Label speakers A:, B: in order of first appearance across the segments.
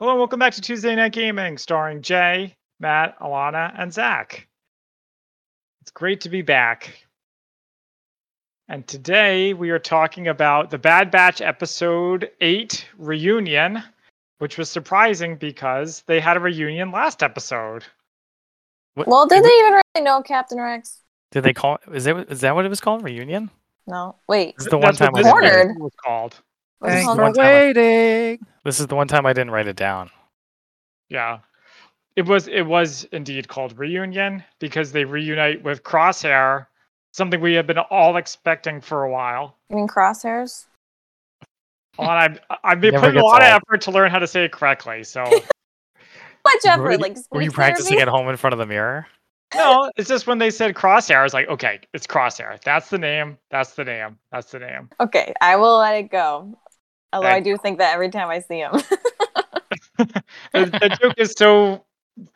A: Hello and welcome back to Tuesday Night Gaming, starring Jay, Matt, Alana, and Zach. It's great to be back. And today we are talking about the Bad Batch episode 8 reunion, which was surprising because they had a reunion last episode.
B: What-
C: Well,
B: did
C: did they even really know Captain Rex?
B: Did they call? Is that is that what it was called? Reunion?
C: No. Wait.
B: This is the one
A: That's what
B: time I
A: this
B: didn't.
C: Cornered.
B: Write,
A: episode was called.
C: Was it
B: Thanks.
C: called-
B: One time I-
D: waiting.
B: this is the one time I didn't write it down.
A: Yeah. It was it was indeed called reunion because they reunite with Crosshair, something we had been all expecting for a while.
C: You mean crosshairs?
A: Alana, Oh, I've, I've been
B: Never
A: putting a
B: gets
A: lot of
B: old.
A: effort to learn how to say it correctly. So
C: Much
B: Were
C: effort.
B: you-
C: Like,
B: Were you practicing
C: it?
B: at home in front of the mirror?
A: no, it's just when they said crosshair, I was like, okay, it's crosshair. That's the name. That's the name. That's the name.
C: Okay, I will let it go. Although I
A: Thank-
C: do think that every time I see him.
A: The, the joke is so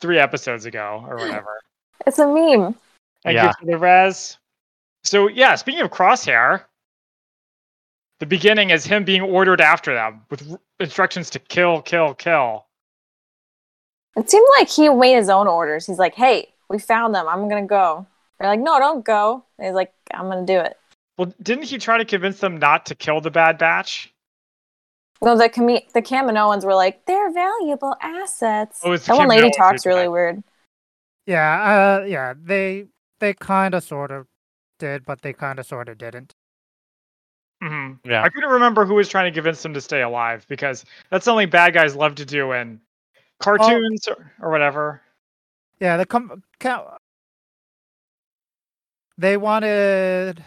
A: three episodes ago or whatever.
C: it's a meme.
A: Thank
B: Yeah.
A: you for the res. So yeah, speaking of crosshair, the beginning is him being ordered after them with r- instructions to kill, kill, kill.
C: It seemed like he made his own orders. He's like, hey, we found them. I'm going to go. They're like, no, don't go. And he's like, I'm going to do it.
A: Well, didn't he try to convince them not to kill the Bad Batch?
C: No, the, Cam- the Kaminoans were like, they're valuable assets.
A: Oh, it's
C: that one lady
A: Kaminoans
C: talks
A: who
C: really
A: died.
C: weird.
D: Yeah, uh, yeah. They they kind of sort of did, but they kind of sort of didn't.
A: hmm
B: Yeah.
A: I couldn't remember who was trying to convince them to stay alive because that's something bad guys love to do in cartoons or, or whatever.
D: Yeah, the com- ca- they wanted.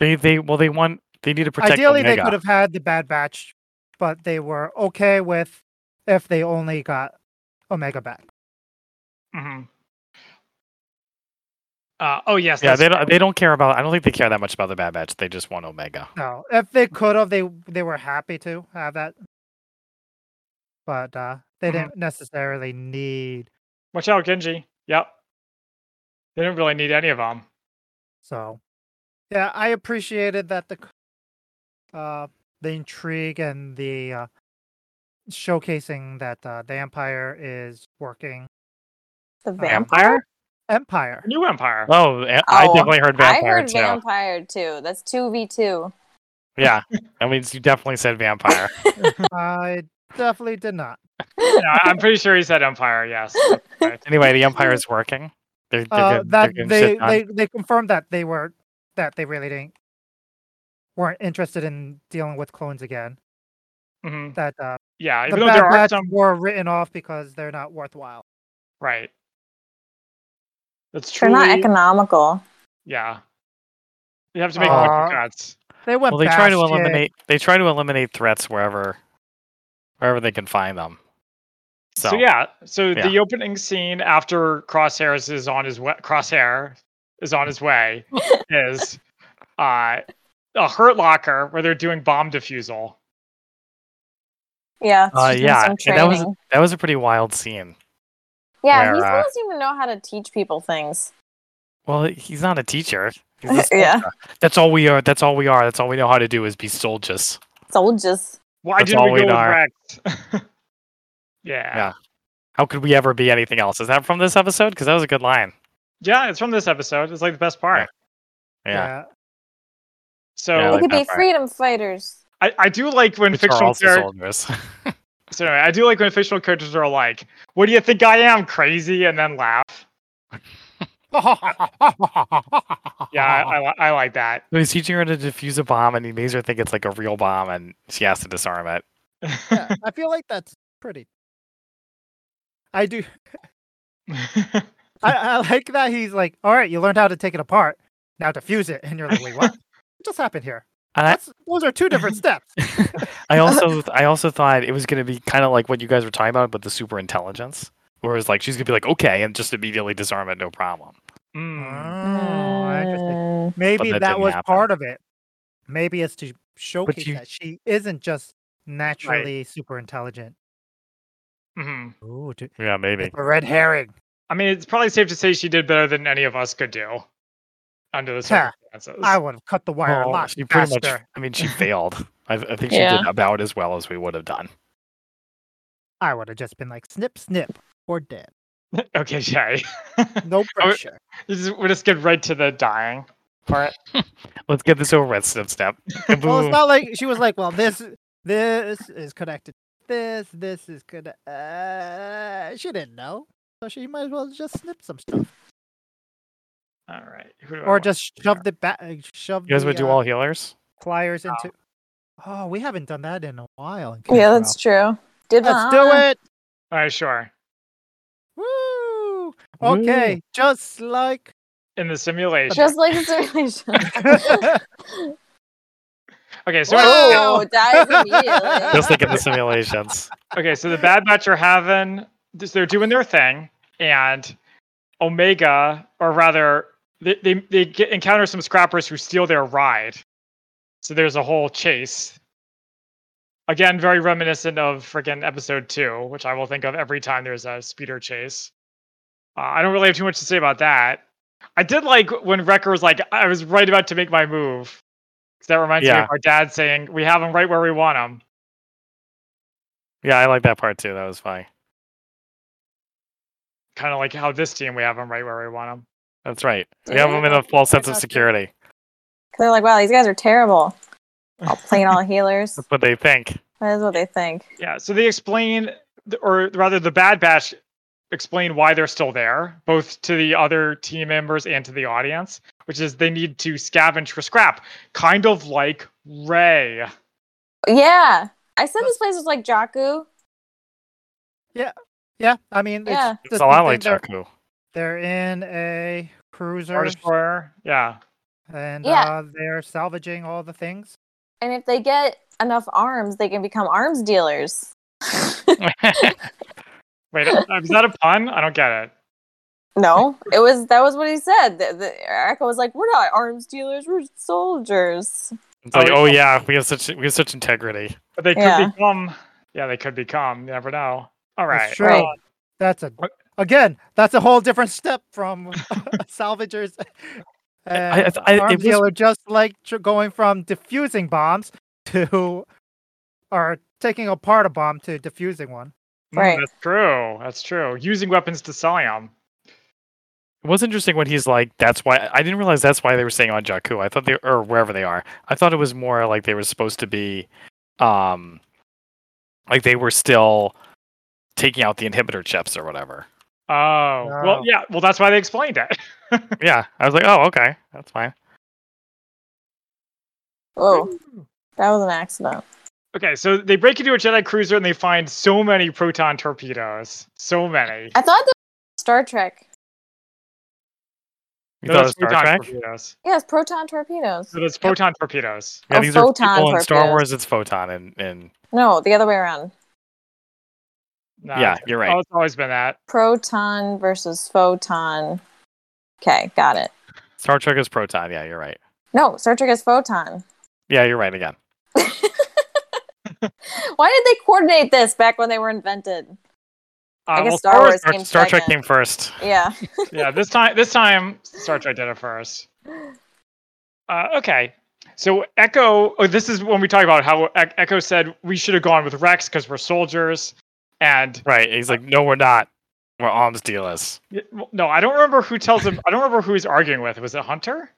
B: They they well they want they need to protect.
D: ideally, they
B: Omega.
D: could have had the Bad Batch, but they were okay with if they only got Omega back.
B: Mm-hmm.
A: hmm Uh, oh yes,
B: Yeah,
A: that's-
B: they don't. They don't care about. I don't think they care that much about the Bad Batch. They just want Omega.
D: No, if they could have, they they were happy to have that, but uh, they
A: Mhm.
B: Mm-hmm.
D: didn't necessarily need.
A: watch out, Genji. Yep, they didn't really need any of them.
D: So, yeah, I appreciated that the c- uh the intrigue and the uh, showcasing that uh, the Empire is working.
C: The
B: Vamp-
C: vampire.
D: Empire.
A: New Empire.
B: Oh, I- I
C: Oh,
B: definitely heard
C: I
B: vampire
C: heard
B: too.
C: vampire too. That's 2v2.
B: yeah, that means you definitely said vampire.
D: I definitely did not.
A: No, I- I'm pretty sure he said Empire. Yes. that's right.
B: anyway, the Empire is working. They're, they're
D: Uh,
B: getting,
D: that
B: they're getting
D: they,
B: shit done.
D: they they confirmed that they were that they really didn't weren't interested in dealing with clones again.
A: Mhm.
D: That uh,
A: Yeah,
D: the
A: even though
D: bad
A: there are
D: batch
A: some
D: were written off because they're not worthwhile.
A: right. That's
C: They're
A: true.
C: not economical.
A: yeah, you have to make
D: Uh,
A: cuts.
D: They went.
B: well, they try to
D: batshit-
B: eliminate. They try to eliminate threats wherever, wherever they can find them.
A: So, yeah, so
B: yeah.
A: the opening scene after Crosshairs is on his way, Crosshair is on his way is uh, a Hurt Locker where they're doing bomb defusal.
C: Yeah.
B: Uh,
C: she's doing
B: yeah,
C: some
B: and that was
C: training.
B: that was a pretty wild scene.
C: yeah, he
B: where,
C: still
B: uh,
C: doesn't even know how to teach people things.
B: Well, he's not a teacher. He's a
C: Yeah.
B: soldier. That's all we are. That's all we are. That's all we know how to do is be soldiers.
C: Soldiers.
A: Why
B: That's
A: didn't
B: all
A: we
B: we
A: go with
B: are.
A: Rex? yeah. yeah,
B: Yeah. How could we ever be anything else? Is that from this episode? Because that was a good line.
A: it's from this episode. It's like the best part.
B: Yeah. Yeah.
A: So
B: Yeah, I
C: They
B: like
C: could
B: that
C: be
B: part.
C: freedom fighters.
A: I, I do like when
B: Which are
A: fictional
B: also
A: characters.
B: soldiers.
A: So anyway, I do like when fictional characters are like, "What do you think I am, crazy?" and then laugh. Yeah, I, I, li- I like that.
B: So he's teaching her to defuse a bomb, and he makes her think it's like a real bomb, and she has to disarm it.
D: yeah, I feel like that's pretty. I do. I, I like that he's like, all right, you learned how to take it apart. Now defuse it, and you're like, wait, what? what just happened here?
B: And I-
D: That's, those are two different steps.
B: I also I also thought it was gonna be kind of like what you guys were talking about, but the super intelligence, whereas like she's gonna be like okay, and just immediately disarm it, no problem.
A: Mm.
D: Oh, interesting.
C: Mm.
D: Maybe
B: Hmm. that
D: that,
B: didn't
D: was
B: happen.
D: part of it. Maybe it's to showcase
B: you-
D: that she isn't just naturally super intelligent.
A: hmm
D: Ooh, dude,
B: Yeah, maybe.
D: it's a red herring.
A: I mean, it's probably safe to say she did better than any of us could do under the
D: Huh.
A: circumstances.
D: I would have cut the wire a
B: Well,
D: lot
B: Oh, she pretty
D: faster.
B: much. I mean, she failed. I, I think she
C: Yeah.
B: did about as well as we would have done.
D: I would have just been like, snip, snip, or dead.
A: Okay, Jay.
B: Oh,
D: No pressure.
A: This is- We'll just get right to the dying part.
B: Let's get this over with. Snip, snap.
D: Well, it's
B: Kaboom.
D: not like she was like, well, this this is connected. This this is gonna. Uh, she didn't know, so she might as well just snip some stuff,
A: All right. Who do I
D: or
A: want?
D: just shoved it back. Shoved
B: Oh You guys
D: the,
B: would do
D: uh,
B: all healers?
D: pliers into. Oh, we haven't done that in a while. in
C: Yeah,
D: Caporal.
C: that's true. Uh-huh. Did
D: Let's do it.
A: All right, sure.
D: Woo! Okay, just like.
A: In the simulation.
C: Just like the simulation.
D: Whoa!
A: okay, so
C: Whoa, dies immediately.
B: Just like in the simulations.
A: okay, so the Bad Batch are having this- they're doing their thing, and Omega, or rather, they they, they get, encounter some scrappers who steal their ride. So there's a whole chase. Again, very reminiscent of freaking episode two, which I will think of every time there's a speeder chase. Uh, I don't really have too much to say about that. I did like when Wrecker was like, "I was right about to make my move." 'Cause That reminds me
B: Yeah.
A: of our dad saying, "We have them right where we want them."
B: Yeah, I like that part too. That was fine.
A: kind of like how this team we have them right where we want them.
B: That's right. We
C: Yeah,
B: have them in a false sense of
D: that's good.
B: security.
C: They're like, wow, these guys are terrible. All plain all healers.
B: That's what they think.
C: That is what they think.
A: Yeah. So they explain, th- or rather, the Bad Batch explain why they're still there, both to the other team members and to the audience, which is they need to scavenge for scrap, kind of like Ray.
C: Yeah. I said this place was like Jakku.
D: yeah, I mean, it's,
C: Yeah.
B: It's
D: just
B: a lot
D: one
B: like
D: thing, they're,
B: Jakku.
D: they're in a cruiser,
A: Destroyer. Yeah.
D: and
C: Yeah.
D: uh, they're salvaging all the things.
C: And if they get enough arms, they can become arms dealers.
A: Wait, uh, is that a pun? I don't get it.
C: no, it was that was what he said. The, the, Echo was like, "We're not arms dealers. We're soldiers."
B: It's like,
A: yeah.
B: oh yeah, we have such we have such integrity.
A: But they could
C: Yeah.
A: become. Yeah, they could become. You never know. All right. Oh,
D: That's true.
C: Right.
D: That's a
A: What-
D: again. That's a whole different step from salvagers.
B: I, I,
D: And
B: I,
D: arms
B: it was,
D: dealer, just like tr- going from diffusing bombs to or taking apart a bomb to diffusing one.
A: Mm,
C: Right.
A: That's true. That's true. Using weapons to sell them.
B: it was interesting when he's like, "That's why." I didn't realize that's why they were saying on Jakku. I thought they or wherever they are. I thought it was more like they were supposed to be, um, like they were still taking out the inhibitor chips or whatever.
A: Oh. Well,
D: No.
A: yeah. Well, that's why they explained it.
B: yeah, I was like, oh okay, that's fine.
C: Whoa, that was an accident.
A: Okay, so they break into a Jedi cruiser and they find so many proton torpedoes. So many.
C: I thought that was Star Trek.
B: You thought it was
A: Those
B: Star Trek?
A: torpedoes.
C: Yes, proton torpedoes.
A: So those proton torpedoes.
B: Yeah,
C: Oh,
B: these are people
C: photon
B: in Star
C: torpedoes.
B: Wars. It's photon, and, and
C: No, the other way around.
A: No,
B: yeah,
A: it's-
B: you're right.
A: Oh, it's always been that.
C: Proton versus photon. Okay, got it.
B: Star Trek is proton. Yeah, you're right.
C: No, Star Trek is photon.
B: Yeah, you're right again.
C: Why did they coordinate this back when they were invented?
A: Uh,
C: I guess
A: well,
C: Star Wars
B: Star,
C: came
B: Star Trek came
C: second.
B: first.
C: Yeah.
A: yeah, this time, this time, Star Trek did it first. Uh, okay, so Echo. Oh, this is when we talk about how E- Echo said we should have gone with Rex because we're soldiers. And
B: Right. He's like, no, we're not. We're arms dealers.
A: y- well, no, I don't remember who tells him. I don't remember who he's arguing with. Was it Hunter?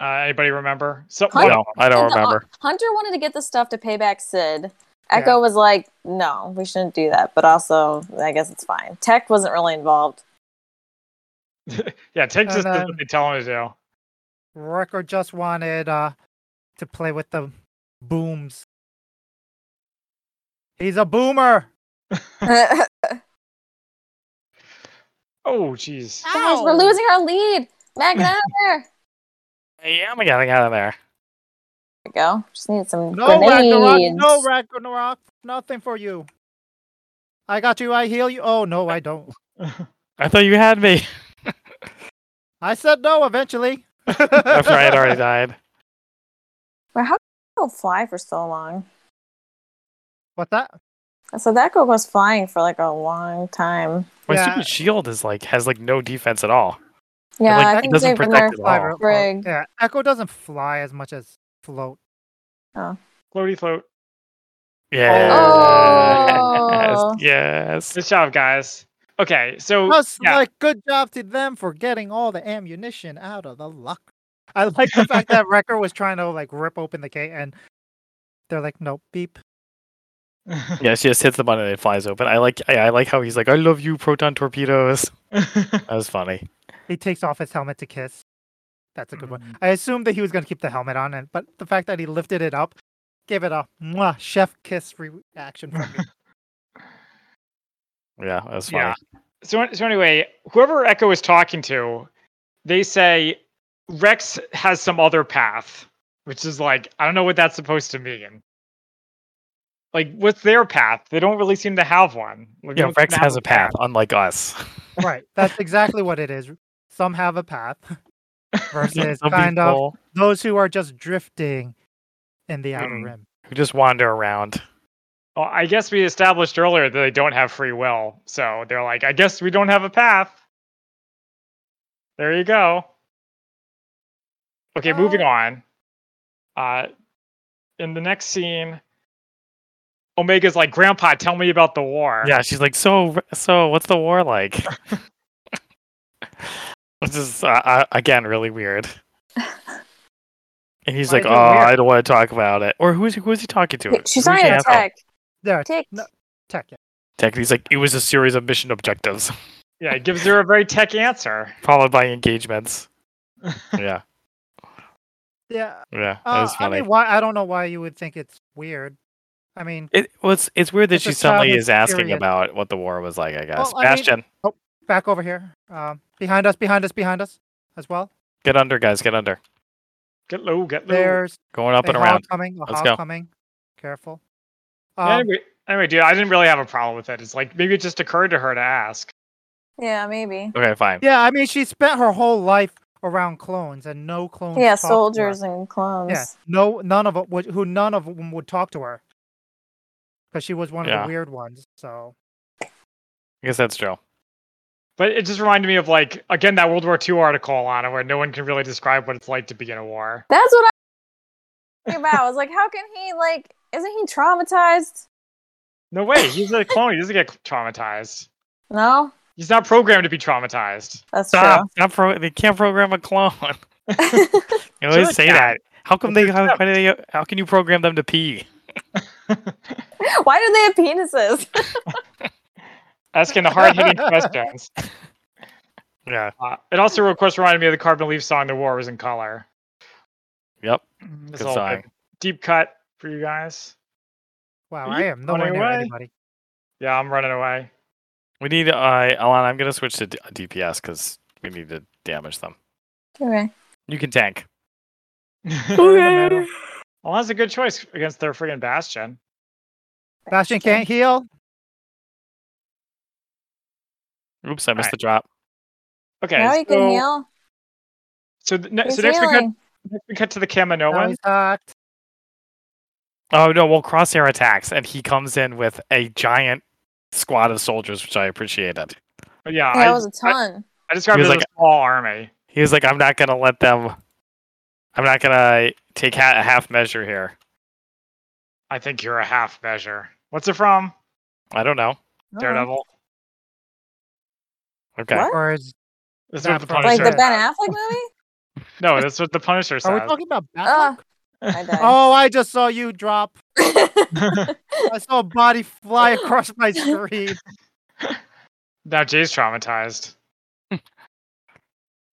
A: Uh, anybody remember? So,
C: Hunter?
B: No, I don't
C: Hunter-
B: remember.
C: Hunter wanted to get the stuff to pay back Sid.
D: Yeah.
C: Echo was like, no, we shouldn't do that. But also, I guess it's fine. Tech wasn't really involved.
A: Yeah, Ted just
D: And
A: does
D: then-
A: what they tell him to do.
D: Wrecker just wanted uh, to play with the booms. He's a boomer.
C: Guys,
A: Oh, jeez.
C: Ah. we're losing our lead. Matt, get out of there.
B: Yeah, I'm getting out of there.
C: There we go. Just need some
D: No Ragnarok.
C: grenades.
D: No Ragnarok. Nothing for you. I got you. I heal you. Oh no, I don't.
B: I thought you had me.
D: I said no. Eventually.
B: After I had already died.
C: Well, How did Echo fly for so long?
D: What's that?
C: So that Echo was flying for like a long time.
B: My
D: Yeah.
B: stupid shield is like has like no defense at all.
C: Yeah,
B: like,
C: I
B: it
C: think
B: doesn't
C: they've been there.
B: protect it.
D: Fly
B: Oh.
D: real-
C: Frig.
D: Yeah, Echo doesn't fly as much as float.
A: Floaty float.
B: Yeah.
C: Oh.
B: Yes. yes.
A: Good job, guys. Okay, so
D: Plus,
A: Oh, yeah.
D: like, good job to them for getting all the ammunition out of the locker. I like the fact that Wrecker was trying to like rip open the gate, and they're like, "Nope, beep."
B: Yeah, she just hits the button and it flies open. I like I, I like how he's like, I love you, proton torpedoes. That was funny.
D: He takes off his helmet to kiss. That's a good
B: Mm.
D: one. I assumed that he was going to keep the helmet on, and but the fact that he lifted it up, gave it a mwah, chef kiss reaction from me.
B: Yeah, that was funny.
A: Yeah. so so anyway, whoever Echo is talking to, they say Rex has some other path, which is like I don't know what that's supposed to mean. Like, what's their path? They don't really seem to have one. Like,
B: Yeah,
A: no one seems
B: Rex
A: to have
B: has a path, unlike us.
D: right. That's exactly what it is. Some have a path versus
B: Some
D: kind of
B: people
D: those who are just drifting in the outer
B: Mm.
D: rim.
B: who just wander around.
A: Well, I guess we established earlier that they don't have free will, so they're like, I guess we don't have a path. There you go. Okay, moving on. Uh, in the next scene, Omega's like, Grandpa, tell me about the war.
B: Yeah, she's like, so so. What's the war like? Which is uh, uh, again really weird. And he's
A: Why
B: like,
A: is
B: oh,
A: it weird?"
B: I don't want to talk about it. Or who is he, who is he talking to?
C: She's
B: Who's
C: not
B: he
C: in
B: asking?
C: tech.
D: There,
C: Tick.
D: No. tech. Yeah.
B: Tech. He's like, it was a series of mission objectives
A: Yeah, it gives her a very tech answer.
B: followed by engagements. yeah,
D: yeah.
B: yeah, that
D: Uh,
B: was
D: I
B: funny.
D: mean, why? I don't know why you would think it's weird. I mean,
B: It well, it's it's weird that
D: It's
B: she
D: a
B: suddenly
D: childhood
B: is asking
D: period.
B: about what the war was like. I guess
D: Well, I mean-
B: Bastion,
D: back over here, um, behind us, behind us, behind us, as well.
B: get under, guys, get under.
A: Get low, get low.
D: There's
B: Going up
D: a
B: and
D: hog
B: around.
D: coming, a
B: Let's
D: hog
B: go.
D: coming. Careful. Um,
A: Anyway, anyway, dude, I didn't really have a problem with it. It's like, maybe it just occurred to her to ask.
C: Yeah, maybe.
B: Okay, fine.
D: yeah, I mean, she spent her whole life around clones, and no clones.
C: Yeah,
D: talked to her.
C: soldiers and clones.
D: Yeah, no, none of 'em would, who none of them would talk to her because she was one of
B: Yeah.
D: the weird ones. So
B: I guess that's true.
A: But it just reminded me of like again that World War II article on it where no one can really describe what it's like to be in a war.
C: That's what I was thinking about. I was like, how can he like? Isn't he traumatized?
A: No way, he's a clone. He doesn't get traumatized.
C: No,
A: He's not programmed to be traumatized.
C: that's
B: Stop! Stop pro- they can't program a clone.
C: true.
B: You always
A: Sure
B: say
A: they can.
B: that. How come
A: But
B: they?
A: they're
B: How, how do they? How can you program them to pee?
C: Why do they have penises?
A: Asking the hard-hitting questions.
B: Yeah.
A: Uh, it also, of course, reminded me of the Carbon Leaf song "The War Was in Color." Mm,
B: Yep.
A: This
B: Good
A: little
B: song.
A: bit- Deep cut for you guys.
D: wow,
A: Are
D: I
A: you
D: am nowhere
A: running
D: near
A: away?
D: anybody.
A: Yeah, I'm running away.
B: We need. Uh, Alan, I'm gonna switch to D- DPS because we need to damage them.
C: okay.
B: You can tank.
A: Okay. well, that's a good choice against their friggin' Bastion.
D: Bastion can't heal.
B: Oops, I missed
A: Alright.
B: the drop.
A: Okay.
C: now
A: so,
C: he can heal.
A: So, th- ne-
C: He's
A: so next we, cut,
C: healing.
A: next we cut to the Kaminoan.
D: Now he's hacked.
B: Oh no! Well, crosshair attacks, and he comes in with a giant squad of soldiers, which I appreciated.
A: yeah,
C: that
A: I-
C: was a
A: I,
C: ton.
A: I described
B: He
A: it
B: was
A: as a small army.
B: He was like, "I'm not gonna let them. I'm not gonna take ha- a half measure here.
A: I think you're a half measure. What's it from?
B: I don't know.
A: Daredevil.
B: Okay.
C: What?
D: Or is,
A: That's
D: That
A: what the
D: part.
A: Punisher.
C: like the
D: Sure.
C: Ben Affleck movie?
A: No, that's what the Punisher
D: are we
A: says.
D: talking about Batman?
C: Ugh. I died.
D: oh, I just saw you drop.
A: now
D: I saw a body fly across my screen.
A: Jay's traumatized.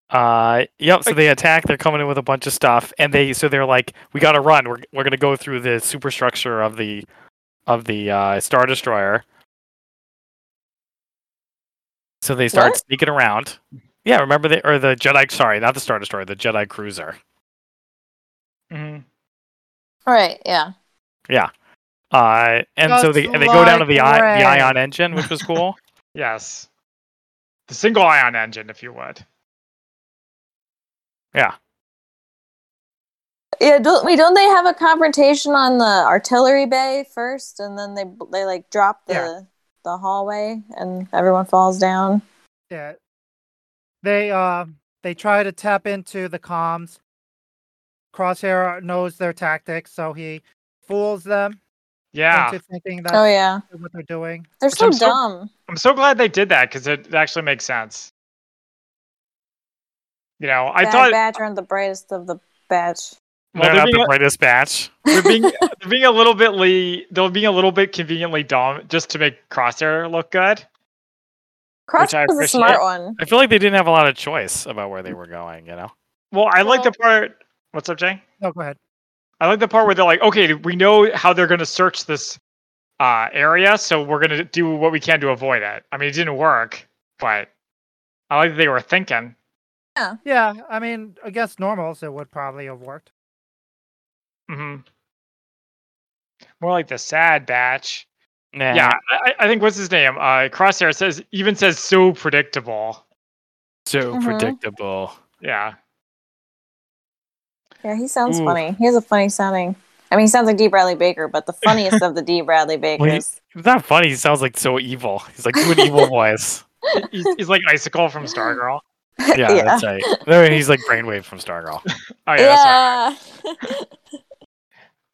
B: Uh, yep. So they attack. They're coming in with a bunch of stuff, and they so they're like, "We gotta run. We're we're gonna go through the superstructure of the of the uh, star destroyer." So they start
C: What?
B: sneaking around. Yeah, remember the or the Jedi? Sorry, not the star destroyer, the Jedi cruiser.
A: Mhm.
C: All right. Yeah.
B: Uh, and so
D: Just
B: they and they go down to
D: like
B: the I, the
D: Rey.
B: ion engine, which was cool.
A: Yes. The single ion engine, if you would.
C: Yeah. Don't we? Don't they have a confrontation on the artillery bay first, and then they they like drop the
D: Yeah.
C: the hallway, and everyone falls down.
D: Yeah. They uh they try to tap into the comms. Crosshair knows their tactics, so he fools them
A: Yeah,
D: into thinking that's
C: Oh yeah,
D: what they're doing.
C: they're
A: Which
C: so
A: I'm so-
C: dumb.
A: I'm so glad they did that because it actually makes sense. You know, I
C: Bad
A: thought
C: Batch aren't the brightest of the batch.
A: well,
B: They're
A: they're
B: not
A: being
B: the
A: a-
B: brightest batch.
A: they're being they're being a little bit le- they're being a little bit conveniently dumb just to make Crosshair look good.
C: Cross
A: I
C: was the smart
A: appreciate.
C: one.
B: I feel like they didn't have a lot of choice about where they were going. You know,
A: Well, I like
C: Well-
A: the part. What's up, Jay?
D: No, go ahead.
A: I like the part where they're like, okay, we know how they're going to search this uh, area, so we're going to do what we can to avoid it. I mean, it didn't work, but I like that they were thinking.
D: Yeah, I mean, against normals, it would probably have worked.
A: hmm More like the sad batch.
B: nah.
A: Yeah, I, I- I think what's his name? Uh, Crosshair says even says so predictable.
B: so
C: Mhm.
B: predictable.
A: Yeah,
C: Yeah, he sounds
B: Ooh.
C: funny. He has a funny sounding. I mean, he sounds like D. Bradley Baker, but the funniest of the D. Bradley Bakers.
B: It's not funny. He sounds like so evil. He's like do an evil voice.
A: He- he's, he's like icicle from Stargirl.
B: Yeah,
C: Yeah.
B: that's right. No, he's like brainwave from Stargirl.
A: Oh yeah. that's right.
C: Yeah.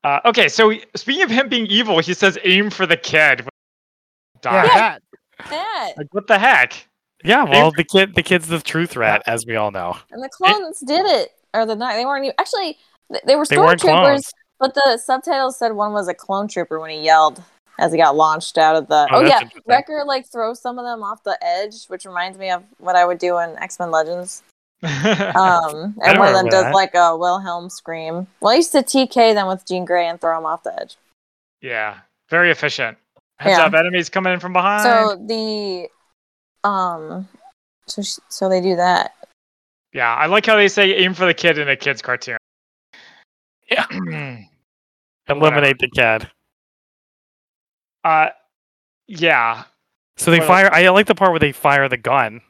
A: Uh, okay, so he- speaking of him being evil, he says aim for the kid. Die.
D: Yeah, that.
C: That.
A: Like what the heck?
B: Yeah, well, the kid, the kid's the truth rat, as we all know.
C: And the clones did it. Or the night. They weren't even. Actually, th- they were
B: They weren't
C: stormtroopers,
B: clones.
C: but the subtitle said one was a clone trooper when he yelled as he got launched out of the.
B: Oh,
C: Oh,
B: that's
C: yeah.
B: interesting.
C: Wrecker, like, throws some of them off the edge, which reminds me of what I would do in X Men Legends. Um,
B: I
C: and one of them
B: remember
C: does,
B: that.
C: like, a Wilhelm scream. Well, I used to TK them with Jean Grey and throw them off the edge.
A: Yeah, very efficient. Heads
C: Yeah.
A: up, enemies coming in from behind.
C: So the um so sh- so they do that.
A: yeah, I like how they say aim for the kid in a kid's cartoon.
B: Yeah.
A: Yeah.
B: Eliminate the kid.
A: uh, yeah.
B: So they
A: Well-
B: fire. I like the part where they fire the gun.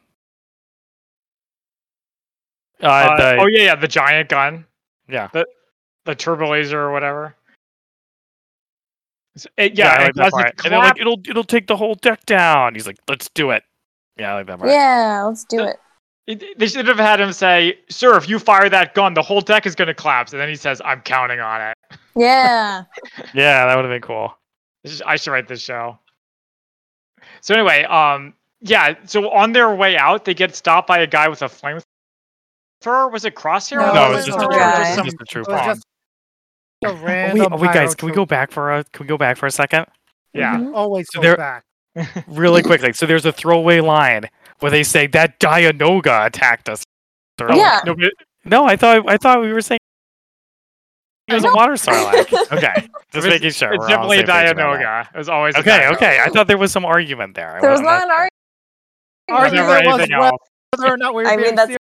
B: Uh,
A: Uh,
B: the,
A: oh yeah, yeah, the giant gun,
B: yeah.
A: the turbo laser or whatever. So, it-
B: I
A: yeah,
B: like
A: it does the
B: that part. And they're
A: clap.
B: like, it'll it'll take the whole deck down. He's like, let's do it. Yeah, I like that part.
C: Yeah, let's do it.
A: It- they should have had him say, "Sir, if you fire that gun, the whole deck is going to collapse." And then he says, "I'm counting on it."
C: Yeah.
B: Yeah, that would have been cool.
A: This is, I should write this show. So anyway, um, yeah. So on their way out, they get stopped by a guy with a flamethrower. Was it Crosshair?
C: No,
A: or
B: no,
A: was
B: it's
A: it
B: just
A: or
B: a trooper.
A: was it
B: It's
C: guy.
A: some-
B: just a
D: It
B: trooper.
D: was
A: bomb.
D: just a
B: Oh,
D: random.
B: wait, oh, wait, guys, can we
D: pyro
B: go back for a? Can we go back for a second?
A: yeah.
D: troop. Always
B: So
D: go
B: there-
D: back.
B: really quickly. So there's a throwaway line where they say that Dianoga attacked us. They're like-
C: Yeah.
A: No, but
B: No, I thought I thought we were saying it was a
C: No.
B: water sarlacc. Okay, just
A: It was-
B: making sure.
A: it's
B: we're all on
A: definitely
B: the
A: a
B: same page about that.
A: Dianoga. It was always a
B: Okay,
A: Dianoga.
B: okay. I thought there was some argument there. I
C: There was
B: wasn't-
C: not an argument.
A: There's
D: Argument
A: never
D: there was
A: anything
D: one-
A: else.
D: Whether or not we were
C: I
D: being
C: mean that's
D: serious,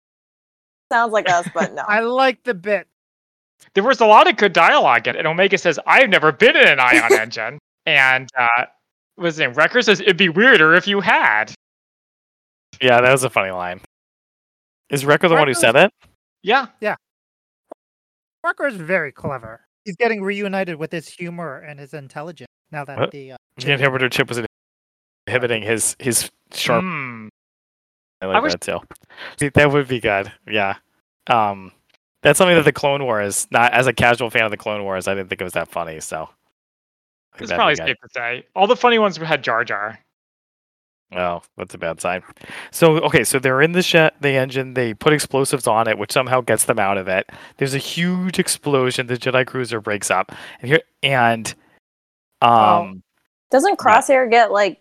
C: sounds like us, but no.
D: I like the bit.
A: There was a lot of good dialogue in it. And Omega says, "I've never been in an ion engine," and uh, what was his name? Wrecker says, "It'd be weirder if you had."
B: Yeah, that was a funny line. Is Wrecker the one who
D: Wrecker
B: said it?
A: Yeah,
D: Parker is very clever. He's getting reunited with his humor and his intelligence now that
B: What?
D: the uh,
B: The inhibitor chip was inhibiting his his sharp
A: Hmm.
B: I like
A: I wish-
B: that too. See, that would be good. Yeah. Um, that's something that the Clone Wars, not as a casual fan of the Clone Wars, I didn't think it was that funny. So. I think
A: It's
B: that'd be
A: probably
B: good.
A: safe to say. All the funny ones had Jar Jar.
B: Oh, that's a bad sign. So okay, so they're in the sh- the engine. They put explosives on it, which somehow gets them out of it. There's a huge explosion. The Jedi cruiser breaks up, and here and um,
C: Doesn't Crosshair get like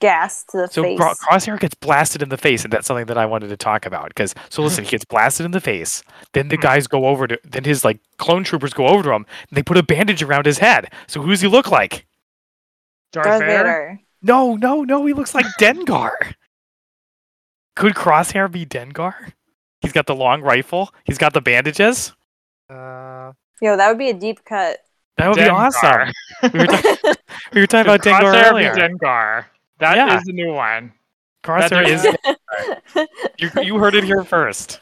C: gas to the
B: so
C: face?
B: Gro- Crosshair gets blasted in the face, and that's something that I wanted to talk about. Because so listen, he gets blasted in the face. Then the
C: Mm-hmm.
A: Hmm.
B: guys go over to then his like clone troopers go over to him. And they put a bandage around his head. So who does he look like?
A: Darth,
C: Darth
A: Vader.
C: Vader.
B: No, no, no. He looks like Dengar. Could Crosshair be Dengar? He's got the long rifle. He's got the bandages.
D: uh,
C: Yo, that would be a deep cut.
B: That would be awesome. We were, ta- we were talking
A: Could
B: about
A: Crosshair
B: Dengar
A: be
B: earlier.
A: Dengar. That
B: Yeah.
A: is the new one.
B: Crosshair
A: That
B: is. You, you heard it here first.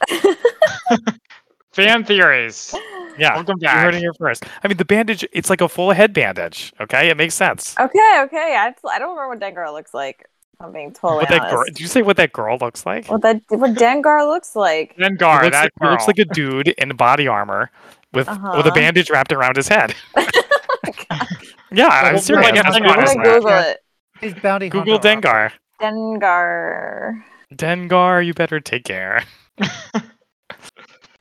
A: Fan theories.
B: Yeah,
A: Welcome
B: you heard it
A: back.
B: here first. I mean, the bandage. It's like a full head bandage. Okay, it makes sense.
C: okay, okay. I, I don't remember what Dengar looks like. if I'm being totally
B: What that girl?
C: honest.
B: Did you say what that girl looks like?
C: What that what Dengar looks like?
B: He
A: Dengar.
B: looks,
A: That
B: like, he looks
A: girl.
B: like a dude in body armor with with a
C: Uh-huh. Oh,
B: bandage wrapped around his head. Yeah, I'm
D: Google
B: serious.
D: Dengar.
B: That's
A: I'm
B: why I
C: I'm
B: was
C: gonna
D: Honestly,
B: like,
C: Google
D: yeah.
C: it.
D: He's bounty
B: Google
D: hunter.
B: Dengar.
C: Dengar.
B: Dengar, you better take care.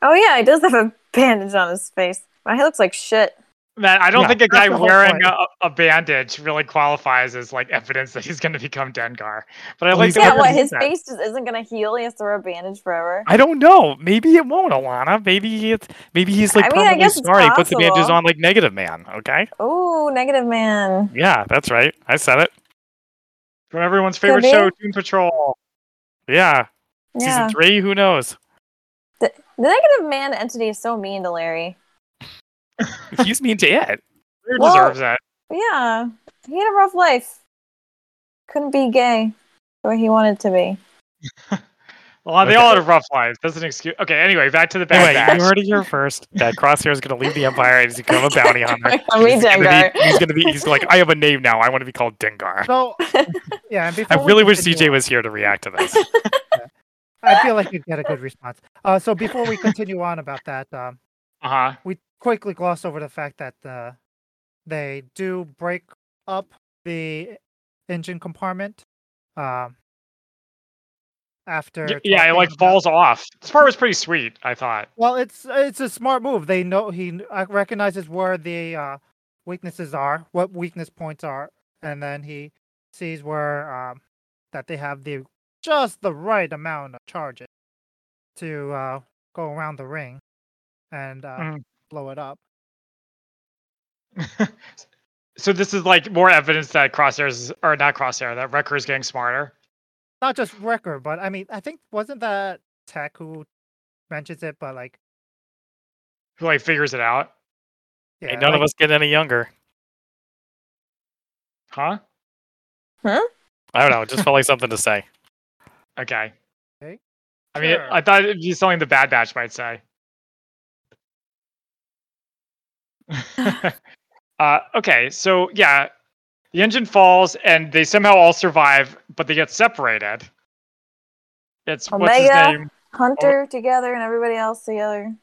C: Oh yeah, he does have a bandage on his face. Wow, he looks like shit.
A: Matt, I don't
B: Yeah,
A: think a
D: that's
A: guy
D: the whole
A: wearing
D: point.
A: a, a bandage really qualifies as like evidence that he's going to become Dengar. But I
B: Well,
A: like
B: he's
A: the way
B: got never
C: Yeah,
A: that
C: what
A: he
C: his
A: said.
C: face just isn't gonna heal. He has to wear a bandage forever.
B: I don't know. Maybe it won't, Alana. Maybe it's maybe he's like
C: I mean, I
B: permanently
C: guess it's
B: scarred. He puts the bandages
C: possible.
B: on like negative man. Okay.
C: Oh, negative man.
B: Yeah, that's right. I said it.
A: From everyone's favorite
C: Could
A: show,
C: be.
A: Doom Patrol.
B: Yeah.
C: Yeah.
B: Season three, who knows?
C: The negative man entity is so mean to Larry.
B: He's mean to it.
A: Who
C: Well-
A: deserves that?
C: But yeah. He had a rough life. Couldn't be gay the way he wanted to be.
A: Well, they
B: Okay.
A: all have rough lives. That's an excuse. Okay, anyway, back to the
B: Anyway,
A: backpack.
B: you heard it here first. That crosshair is going to leave the empire and he's going to become a bounty hunter.
C: Call me
B: he's gonna be-
C: Dengar.
B: he's going to be. He's like, I have a name now. I want to be called Dengar.
D: So, yeah, and
B: I
D: before we
B: really wish
D: continue
B: CJ
D: on-
B: was here to react to this.
D: I feel like you'd get a good response. Uh, so before we continue on about that, um,
A: Uh huh.
D: we quickly gloss over the fact that uh, they do break up the engine compartment um, after.
A: Yeah, it
D: talking
A: like
D: about-
A: falls off. This part was pretty sweet, I thought.
D: Well, it's it's a smart move. They know he kn- uh, recognizes where the uh, weaknesses are, what weakness points are, and then he sees where um, that they have the just the right amount of charges to uh, go around the ring and uh,
B: Mm-hmm.
A: Mhm.
D: blow it up.
A: Uh-huh. So this is like more evidence that crosshairs or not crosshair that Wrecker's getting smarter.
D: Not just Wrecker, but I mean, I think wasn't that Tech who mentions it, but like
A: Who like figures it out?
D: yeah,
B: Ain't none
D: like,
B: of us get any younger.
A: Huh?
B: I don't know. It just felt like something to say.
A: Okay.
D: Okay.
A: I mean,
D: Sure.
A: I thought it'd be something the Bad Batch might say. uh, okay, so yeah, the engine falls and they somehow all survive, but they get separated. It's what's his
C: Omega.
A: name?
C: Hunter together and everybody else together.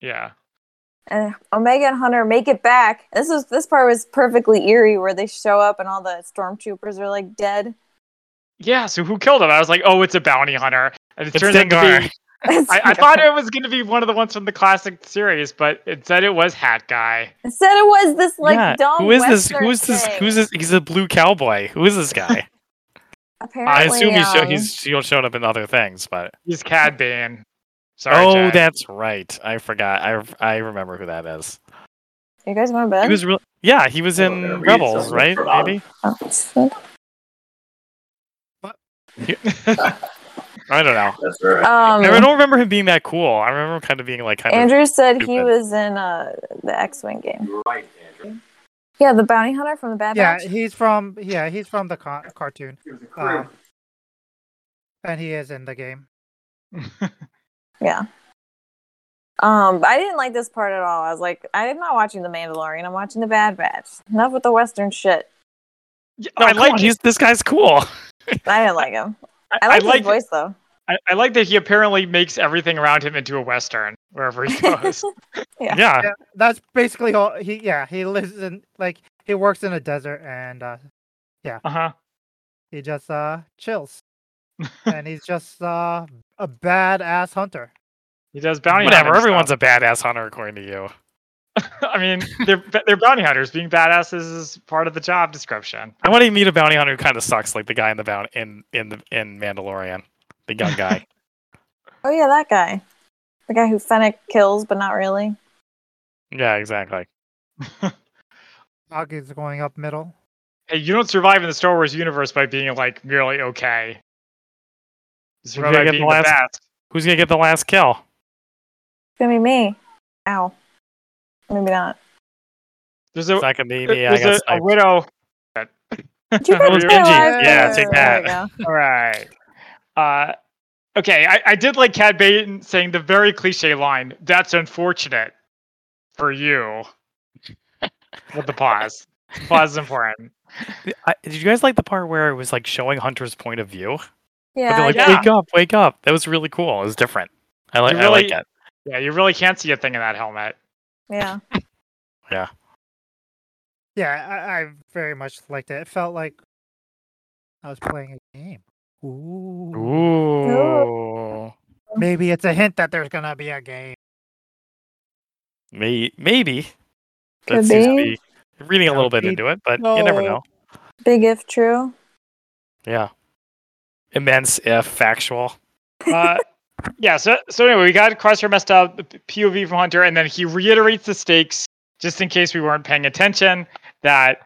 A: Yeah.
C: And Omega and Hunter make it back. This is this part was perfectly eerie where they show up and all the stormtroopers are like dead.
A: Yeah, so who killed him? I was like, oh, it's a bounty hunter. And it
B: It's
A: turns out to
B: Dengar.
A: be, I, I thought it was going to be one of the ones from the classic series, but it said it was Hat Guy.
C: It said it was this like
B: yeah.
C: dumb.
B: Who is this?
C: Western
B: Who is this?
C: thing.
B: Who's this? He's a blue cowboy. Who is this guy? I
C: Apparently,
B: assume he's, show,
C: um,
B: he's he'll show up in other things, but
A: He's Cad Bane. Sorry,
B: oh,
A: Jay.
B: that's right. I forgot. I I remember who that is.
C: You guys want to bed?
B: He was real. Yeah, he was
E: Oh,
B: in
E: there we
B: Rebels,
E: go.
B: right? Maybe.
C: Oh,
B: I don't know.
E: That's right.
B: I
C: Um,
B: don't remember him being that cool. I remember him kind of being like kind
C: Andrew said he
B: stupid.
C: was in uh, the X Wing game.
E: You're right, Andrew.
C: Yeah, the bounty hunter from the Bad
D: yeah,
C: Batch.
D: he's from yeah, he's from the ca- cartoon,
E: Here's the
D: uh,
E: crew.
D: and he is in the game.
C: Yeah. Um, but I didn't like this part at all. I was like, I'm not watching The Mandalorian. I'm watching The Bad Batch. Enough with the Western shit.
A: Yeah,
B: of.
C: Oh,
B: No, I
A: come on,
B: like he's, this guy's cool.
C: I didn't like him. I
A: I
C: like his
A: like
C: voice though.
A: I, I like that he apparently makes everything around him into a western wherever he goes.
C: Yeah.
B: Yeah.
D: Yeah, that's basically all. He yeah, he lives in like he works in a desert and uh,
A: uh huh.
D: he just uh chills, and he's just uh a badass hunter.
A: He does bounty.
B: Whatever.
A: hunting
B: Everyone's
A: stuff.
B: a badass hunter according to you.
A: I mean, they're they're bounty hunters. Being badasses is part of the job description.
B: I want to meet a bounty hunter who kind of sucks, like the guy in the bounty in in the in Mandalorian, the young guy.
C: Oh yeah, that guy. The guy who Fennec kills, but not really.
B: yeah, exactly.
D: Dog is going up middle.
A: Hey, you don't survive in the Star Wars universe by being like merely okay. You survive
B: gonna
A: by
B: get
A: being
B: the
A: the
B: last-
A: best.
B: Who's gonna get the last kill?
C: It's gonna be me. Ow. Maybe not.
A: There's a uh,
B: It's not gonna be me. I
A: there's
B: got
A: a, a
B: sniped.
A: widow.
C: Did you
A: Well,
C: guys
A: it's
C: play
B: Benji.
C: live?
B: Yeah, take
C: There we
B: that.
C: go.
A: All right. Uh, okay, I, I did like Cad Bane saying the very cliche line. That's unfortunate for you. With the pause. Pause is important.
B: I, did you guys like the part where it was like showing Hunter's point of view? But
C: Yeah,
B: they're
C: I
B: like,
C: did.
A: guess.
B: wake up, wake up. That was really cool. It was different. I like,
A: You
B: I like
A: really-
B: it.
A: Yeah, you really can't see a thing in that helmet.
C: yeah.
B: Yeah.
D: Yeah, I, I very much liked it. It felt like I was playing a game. Ooh.
B: Ooh.
D: Maybe it's a hint that there's gonna be a game.
B: May- maybe. That
C: Could
B: seems to
C: be.
B: be reading a little bit
D: Maybe.
B: into it, but you never
D: No.
B: know.
C: Big if true.
B: Yeah. Immense if factual.
A: Uh, yeah. So so anyway, we got Crusher messed up the P- POV from Hunter, and then he reiterates the stakes just in case we weren't paying attention. That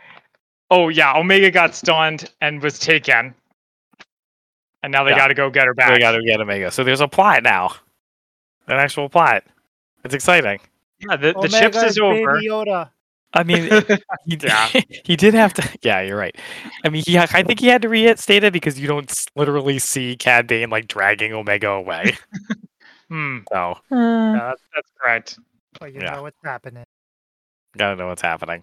A: oh yeah, Omega got stunned and was taken, and now they
B: Yeah.
A: got to go get her back.
B: We gotta get Omega. So there's a plot now. An actual plot. It's exciting.
A: yeah, the, the ships
D: Omega's
A: is over.
D: Baby Yoda.
B: I mean, he,
A: Yeah.
B: he did have to. Yeah, you're right. I mean, he, I think he had to restate it because you don't s- literally see Cad Bane like dragging Omega away.
A: hmm.
B: So
A: Yeah,
C: Hmm.
A: that's, that's correct.
D: But you
B: Yeah.
D: know what's happening.
B: gotta know what's happening.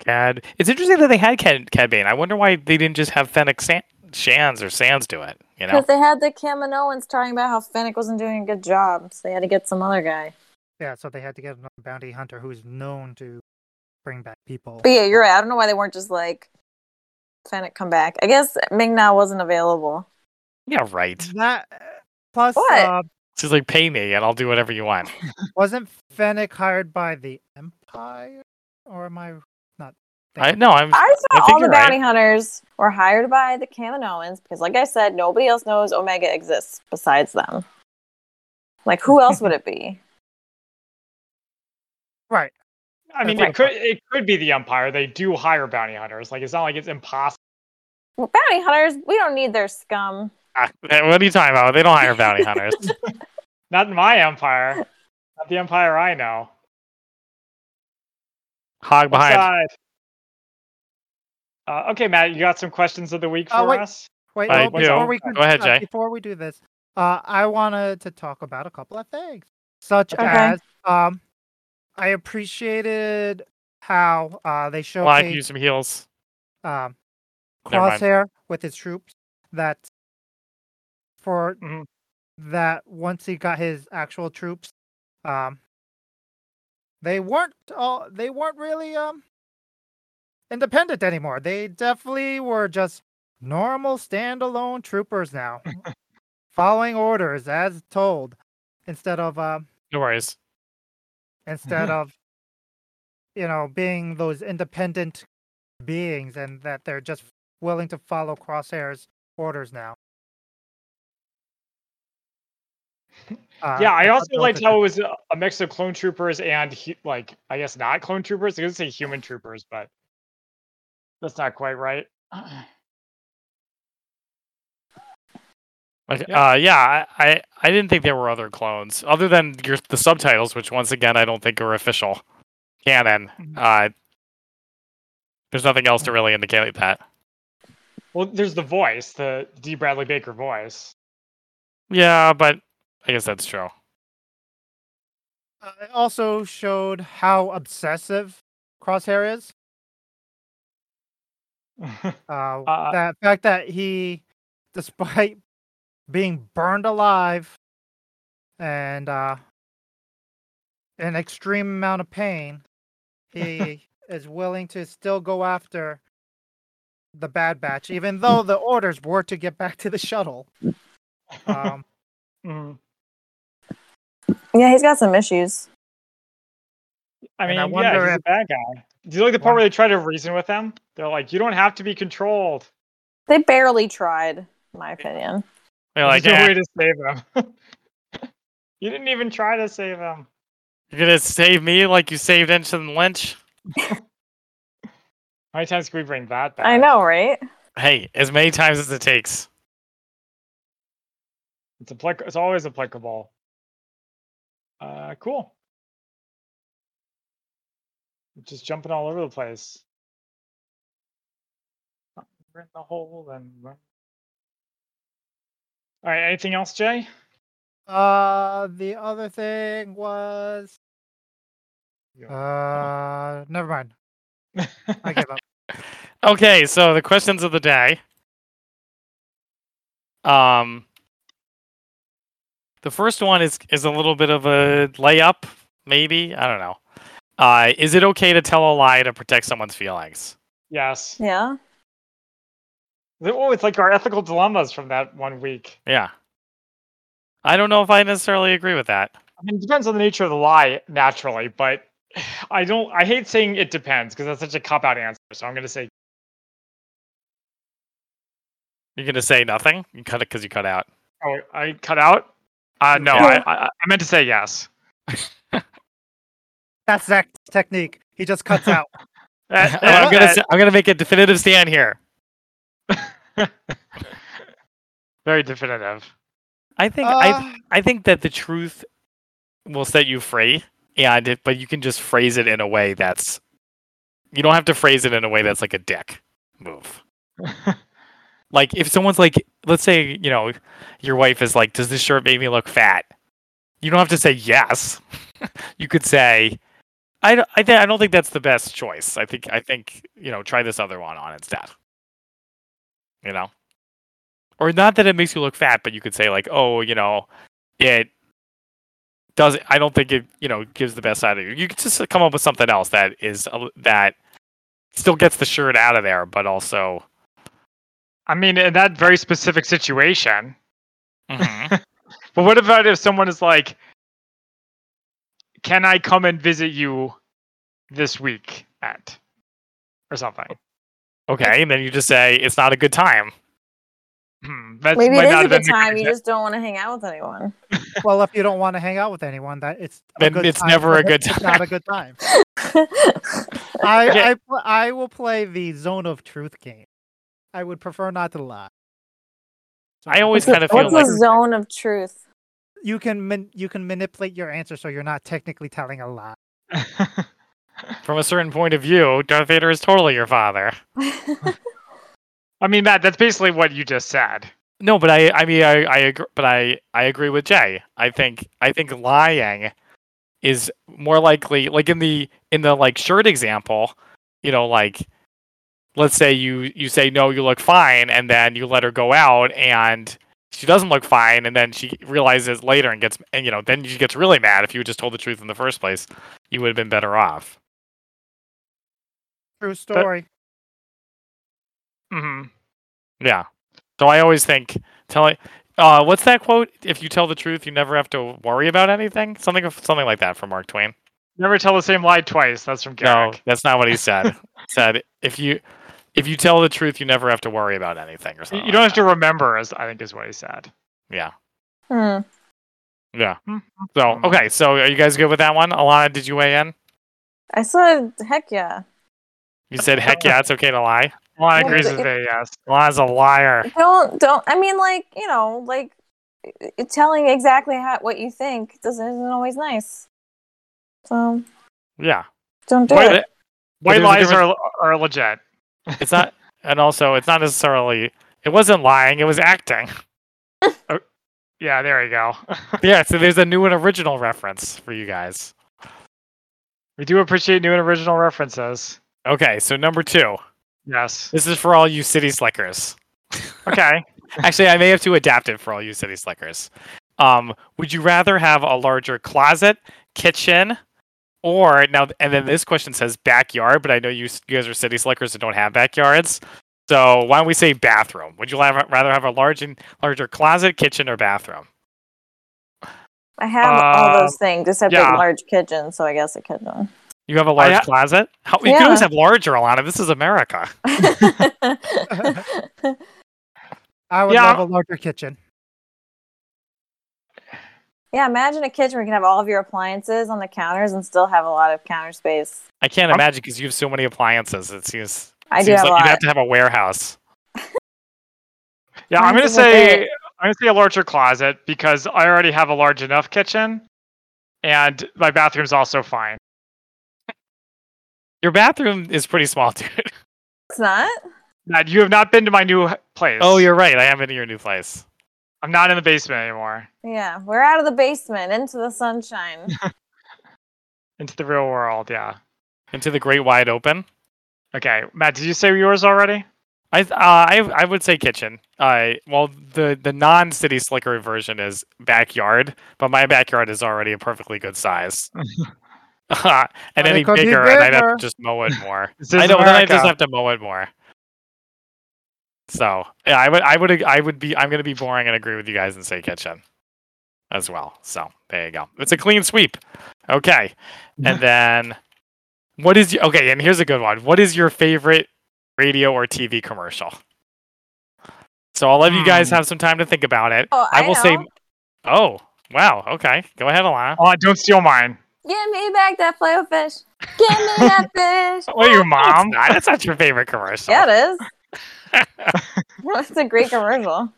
B: Cad. It's interesting that they had Cad, Cad Bane. I wonder why they didn't just have Fennec San- Shans or Sans do it. You know,
C: Because they had the Kaminoans talking about how Fennec wasn't doing a good job, so they had to get some other guy.
D: Yeah, so they had to get another bounty hunter who's known to bring back people.
C: But yeah, you're right. I don't know why they weren't just like Fennec come back. I guess Ming Na wasn't available.
B: yeah, right.
D: That uh, plus
C: What?
D: uh,
B: She's like, pay me and I'll do whatever you want.
D: wasn't Fennec hired by the Empire? Or am I not
B: I no, I'm.
C: I
B: I
C: thought
B: think
C: all the
B: you're right.
C: bounty hunters were hired by the Kaminoans because, like I said, nobody else knows Omega exists besides them. Like, who else would it be?
D: right?
A: I mean, it
D: That's
A: could it could be the Empire. They do hire bounty hunters. Like it's not like it's impossible.
C: Well, bounty hunters, we don't need their scum.
B: Ah, What are you talking about? They don't hire bounty hunters.
A: Not in my empire. Not the empire I know.
B: Hog behind.
A: Aside. Uh, okay, Matt, you got some questions of the week for
D: Oh, wait.
A: us?
D: Wait,
B: I
D: well,
A: do.
D: before we could,
B: Go ahead,
D: uh,
B: Jay.
D: Before we do this, uh, I wanted to talk about a couple of things, such
C: Okay.
D: as um, I appreciated how uh, they
B: Well, I can
D: showcased
B: use some heals.
D: um,
B: Never mind.
D: Crosshair with his troops. That for
A: Mhm.
B: Mm-hmm.
D: that once he got his actual troops, um, they weren't all they weren't really um independent anymore. They definitely were just normal standalone troopers now, following orders as told, instead of uh,
B: No worries.
D: instead
A: Mm-hmm.
D: of you know being those independent beings and that they're just willing to follow crosshair's orders now Uh,
A: yeah, I
D: thought
A: also
D: that was
A: liked
D: a
A: how it
D: good-
A: was a a mix of clone troopers and, hu- like, I guess not clone troopers. I was going to say human troopers, but that's not quite right.
B: Like,
A: Yeah.
B: uh, yeah, I, I, I didn't think there were other clones other than your, the subtitles, which once again I don't think are official canon. Uh, there's nothing else to really indicate that.
A: Well, there's the voice, the D. Bradley Baker voice.
B: Yeah, but I guess that's true.
D: uh, it also showed how obsessive crosshair is uh,
A: Uh,
D: that fact that he despite being burned alive and uh an extreme amount of pain he is willing to still go after the bad batch even though the orders were to get back to the shuttle um
A: Mhm.
C: Yeah, he's got some issues.
A: I
D: And
A: mean,
D: I
A: yeah,
D: wonder
A: he's a
D: if-
A: bad guy. Do you like the part where they try to reason with him? They're like, you don't have to be controlled.
C: They barely tried, in my opinion.
B: They're
A: There's
B: like,
A: no
B: "Eh,
A: way to save him. you didn't even try to save him.
B: you're gonna save me like you saved Ensign Lynch.
A: How many times can we bring that back?
C: I know, right?
B: Hey, as many times as it takes.
A: It's applic- It's always applicable. Uh, cool. Just jumping all over the place. We're in the hole and. we're- All right. Anything else, Jay?
D: uh the other thing was uh never mind i give up
B: Okay, so the questions of the day. Um, the first one is is a little bit of a layup, maybe I don't know. Uh, is it okay to tell a lie to protect someone's feelings?
A: Yes.
C: Yeah.
A: Oh, it's like our ethical dilemmas from that one week.
B: Yeah. I don't know if I necessarily agree with that.
A: I mean, it depends on the nature of the lie, naturally, but I don't. I hate saying it depends because that's such a cop out answer. So I'm going to say
B: You're gonna say nothing? You cut it because you cut out.
A: Oh, I cut out. Uh, no,
C: Yeah.
A: I, I, I meant to say yes.
D: That's that technique. He just cuts out.
A: Uh,
B: I'm gonna
A: uh,
B: say, I'm gonna make a definitive stand here.
A: very definitive.
B: I think I
D: Uh,
B: I think that the truth will set you free, and it, but you can just phrase it in a way that's you don't have to phrase it in a way that's like a dick move. like if someone's like, let's say you know your wife is like, does this shirt make me look fat? You don't have to say yes. you could say, I don't, I, thi- I don't think that's the best choice. I think I think you know try this other one on instead. You know, or not that it makes you look fat, but you could say like, oh, you know, it does i don't think it you know gives the best out of you you could just come up with something else that is a l- that still gets the shirt out of there but also
A: I mean, in that very specific situation. But what about if someone is like, "Can I come and visit you this week at?" Or something.
B: okay and then you just say it's not a good time
A: Hmm, that's
C: Maybe
A: might
C: it
A: not
C: is a
A: have been
C: good
A: the
C: time. You
A: correct-
C: just don't want to hang out with anyone.
D: well, if you don't want to hang out with anyone, that it's a
B: Then
D: good
B: it's
D: time,
B: never a
D: but
B: good
D: It's
B: time.
D: not a good time. I,
A: Yeah.
D: I pl- I will play the zone of truth game. I would prefer not to lie. So
B: I always
D: think
B: kinda
D: it's
B: feel
C: What's
B: like-
C: the
D: always
C: zone of truth?
D: you can man- you can manipulate your answer so you're not technically telling a lie.
B: from a certain point of view darth vader is totally your father
A: I mean, Matt, that's basically what you just said.
B: no but i i mean i i agree but i i agree with jay i think i think lying is more likely like in the in the like shirt example you know like let's say you you say no you look fine and then you let her go out and she doesn't look fine and then she realizes later and gets and you know then she gets really mad if you had just told the truth in the first place you would have been better off
D: True story.
A: hmm
B: yeah so i always think telling uh what's that quote if you tell the truth you never have to worry about anything something of- something like that from mark twain
A: Never tell the same lie twice. That's from
B: no
A: Garrick.
B: that's not what he said He said if you if you tell the truth you never have to worry about anything or
A: You-
B: something
A: you don't
B: like
A: have to remember, as I think is what he said.
B: that. yeah
C: Hmm.
B: Yeah.
A: Mhm.
B: So
A: Um,
B: okay, so are you guys good with that one? Alana, did you weigh in?
C: I said, heck yeah.
B: You said heck yeah, it's okay to lie.
A: Alana
C: Well,
A: agrees
C: but
A: with a yes.
B: Alana's a liar.
C: Don't don't. I mean, like you know, like i- i- telling exactly how, what you think doesn't isn't always nice. So
B: Yeah.
C: don't do
A: Wait,
C: it.
B: But
A: White
B: there's a
A: lies
B: difference-
A: are, are legit.
B: it's not and also it's not necessarily it wasn't lying, it was acting.
A: Yeah, there you go.
B: Yeah, so there's a new and original reference for you guys.
A: we do appreciate new and original references.
B: Okay, so number two.
A: Yes.
B: This is for all you city slickers.
A: Okay.
B: Actually, I may have to adapt it for all you city slickers. Um, would you rather have a larger closet, kitchen, or now? And then this question says backyard, but I know you, s- you guys are city slickers and don't have backyards. So why don't we say bathroom? Would you la- rather have a large and larger closet, kitchen, or bathroom?
C: I have all
A: uh,
C: those things except
A: yeah.
C: a large kitchen, so I guess a kitchen.
B: You have a large
A: ha-
B: closet. How, you can always
C: Yeah.
B: have larger, Alana. This is America.
D: I would
A: Yeah.
D: love a larger kitchen.
C: yeah, imagine a kitchen where you can have all of your appliances on the counters and still have a lot of counter space.
B: I can't
A: I'm-
B: imagine because you have so many appliances. It seems. it
C: I do
B: seems
C: have a
B: like
C: lot.
B: You'd have to have a warehouse.
A: Yeah, I'm gonna
C: Mine's a little
A: say I'm
C: big.
A: gonna say a larger closet because I already have a large enough kitchen, and my bathroom's also fine.
B: Your bathroom is pretty small, dude.
C: It's not.
A: Matt, you have not been to my new h- place.
B: Oh, you're right. I am in your new place.
A: I'm not in the basement anymore.
C: Yeah, we're out of the basement into the sunshine.
A: Into the real world. Yeah.
B: into the great wide open.
A: Okay, Matt, did you say yours already?
B: I th- uh, I I would say kitchen. Uh, well, the the non city slicker version is backyard, but my backyard is already a perfectly good size. and
D: But it
B: any
D: could be
B: bigger, and I'd have
D: bigger.
B: to just mow it more.
A: This
B: I
A: is
B: know, but then I just
A: America.
B: have to mow it more. So yeah, I would, I would, I would be. I'm going to be boring and agree with you guys and say kitchen as well. So there you go. It's a clean sweep. Okay, and then what is your okay? And here's a good one. What is your favorite radio or TV commercial? So I'll let you guys
A: Hmm.
B: have some time to think about it.
C: Oh,
B: I
C: I
B: will say,
C: know.
B: oh wow, okay, go ahead, Alana.
A: Oh, don't steal mine.
C: Give me back that flail fish. Give me that fish.
A: What are you,
B: No, it's
A: mom?
B: not. That's not your favorite commercial.
C: Um, Yeah, it is. That's a great commercial.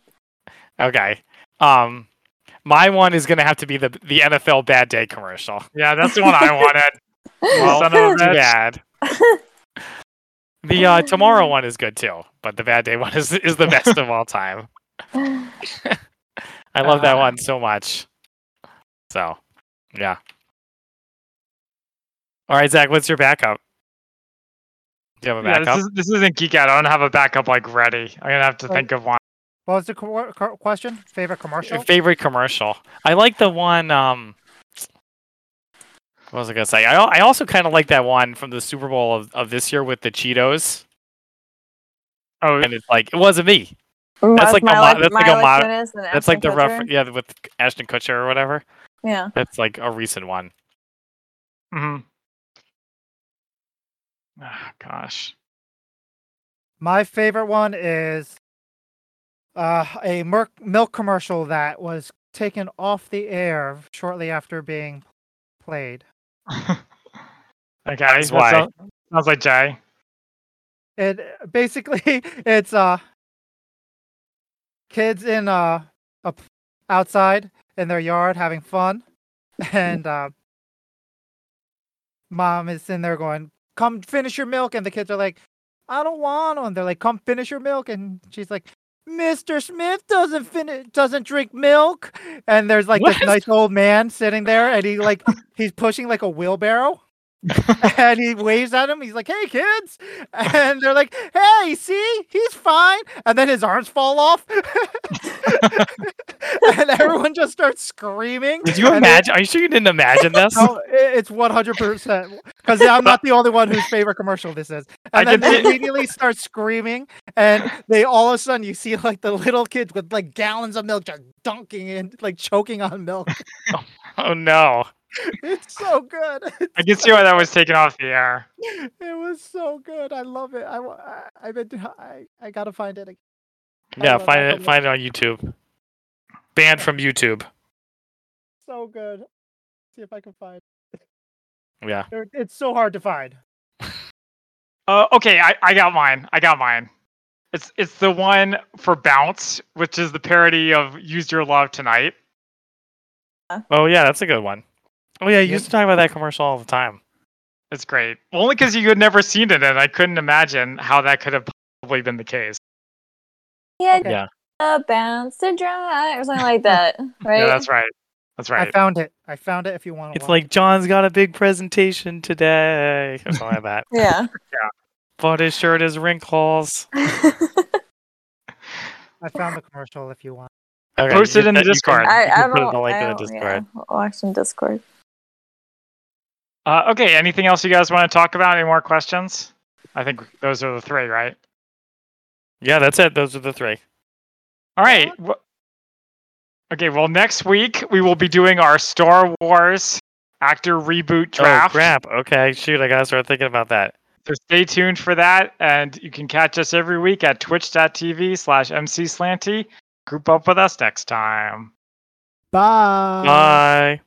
B: Okay. Um, my one is gonna have to be the the NFL bad day commercial.
A: Yeah, that's the one I wanted.
B: Well,
A: Son of a
B: too
A: bitch.
B: bad. The uh, tomorrow one is good too, but the bad day one is is the best of all time. I love that
A: Uh,
B: one so much. So, yeah. All right, Zach, what's your backup? Do you have a
A: Yeah,
B: backup?
A: this, is, this isn't geek out. I don't have a backup like ready. I'm gonna have to
D: Oh.
A: think of one.
D: What was the co- co- question? Favorite commercial?
B: Your favorite commercial? I like the one. Um, what was I gonna say? I al- I also kind of like that one from the Super Bowl of, of this year with the Cheetos,
A: Oh,
B: and it's like it wasn't me.
C: That's
B: like a mo- that's like a mo- That's like the
C: reference.
B: ref, yeah, with Ashton Kutcher or whatever.
C: Yeah.
B: That's like a recent one.
A: hmm oh gosh.
D: My favorite one is uh, a merc- milk commercial that was taken off the air shortly after being played.
A: okay,
B: That's
A: that
B: why.
A: sound- sounds like Jay.
D: It uh, basically it's uh kids in uh up outside in their yard having fun, and uh, mom is in there going, "Come finish your milk," and the kids are like, "I don't want," to," and they're like, "Come finish your milk," and she's like. Mr. Smith doesn't finish, doesn't drink milk, and there's like
B: What?
D: this nice old man sitting there, and he like he's pushing like a wheelbarrow, and he waves at him. He's like, "Hey, kids!" And they're like, "Hey, see, he's fine." And then his arms fall off, and everyone just starts screaming.
B: Did you
D: and it-
B: imagine? Are you sure you didn't imagine this?
D: Oh, i- it's one hundred percent because I'm not the only one whose favorite commercial this is.
A: I
D: And then
A: did
D: they
A: thi-
D: immediately start screaming, and they all of a sudden you see like the little kids with like gallons of milk just dunking and like choking on milk.
B: Oh no!
D: It's so good.
A: I can see why that was taken off the air.
D: It was so good. I love it. I wa- I I've been I I gotta find it. Again. I
B: Yeah,
D: love
B: find
D: that
B: it. Find
D: commercial.
B: it on YouTube. Banned from YouTube.
D: So good. See if I can find.
B: Yeah.
D: It. It's so hard to find.
A: Uh, okay, I, I got mine. I got mine. It's it's the one for Bounce, which is the parody of Use Your Love Tonight.
B: Oh yeah, that's a good one. Oh yeah, you
D: Yep.
B: used to talk about that commercial all the time.
A: It's great. Only because you had never seen it, and I couldn't imagine how that could have possibly been the case.
C: Yeah,
D: Okay.
B: Yeah.
C: a bounce to dry or something like that, right?
A: Yeah, that's right. That's
D: I
A: right.
D: found it. I found it. If you want to.
B: It's like John's got a big presentation today, or something like that.
C: Yeah.
B: But his shirt is wrinkles.
D: I found the commercial. If you want.
B: Okay,
A: Post it in the
B: you can-
A: Discord.
B: you
C: I,
B: can
C: I
B: put
C: don't.
B: the link
C: I
B: in the
C: don't yeah,
B: Discord.
C: watch some Discord.
A: Uh, okay, anything else you guys want to talk about? Any more questions? I think those are the three, right?
B: Yeah. that's it. Those are the three.
A: All right. wh- okay, well, next week we will be doing our Star Wars actor reboot draft.
B: Oh crap! Okay, shoot, I gotta start thinking about that.
A: So stay tuned for that. And you can catch us every week at twitch.tv slash mcslanty. Group up with us next time.
D: Bye.
B: Bye.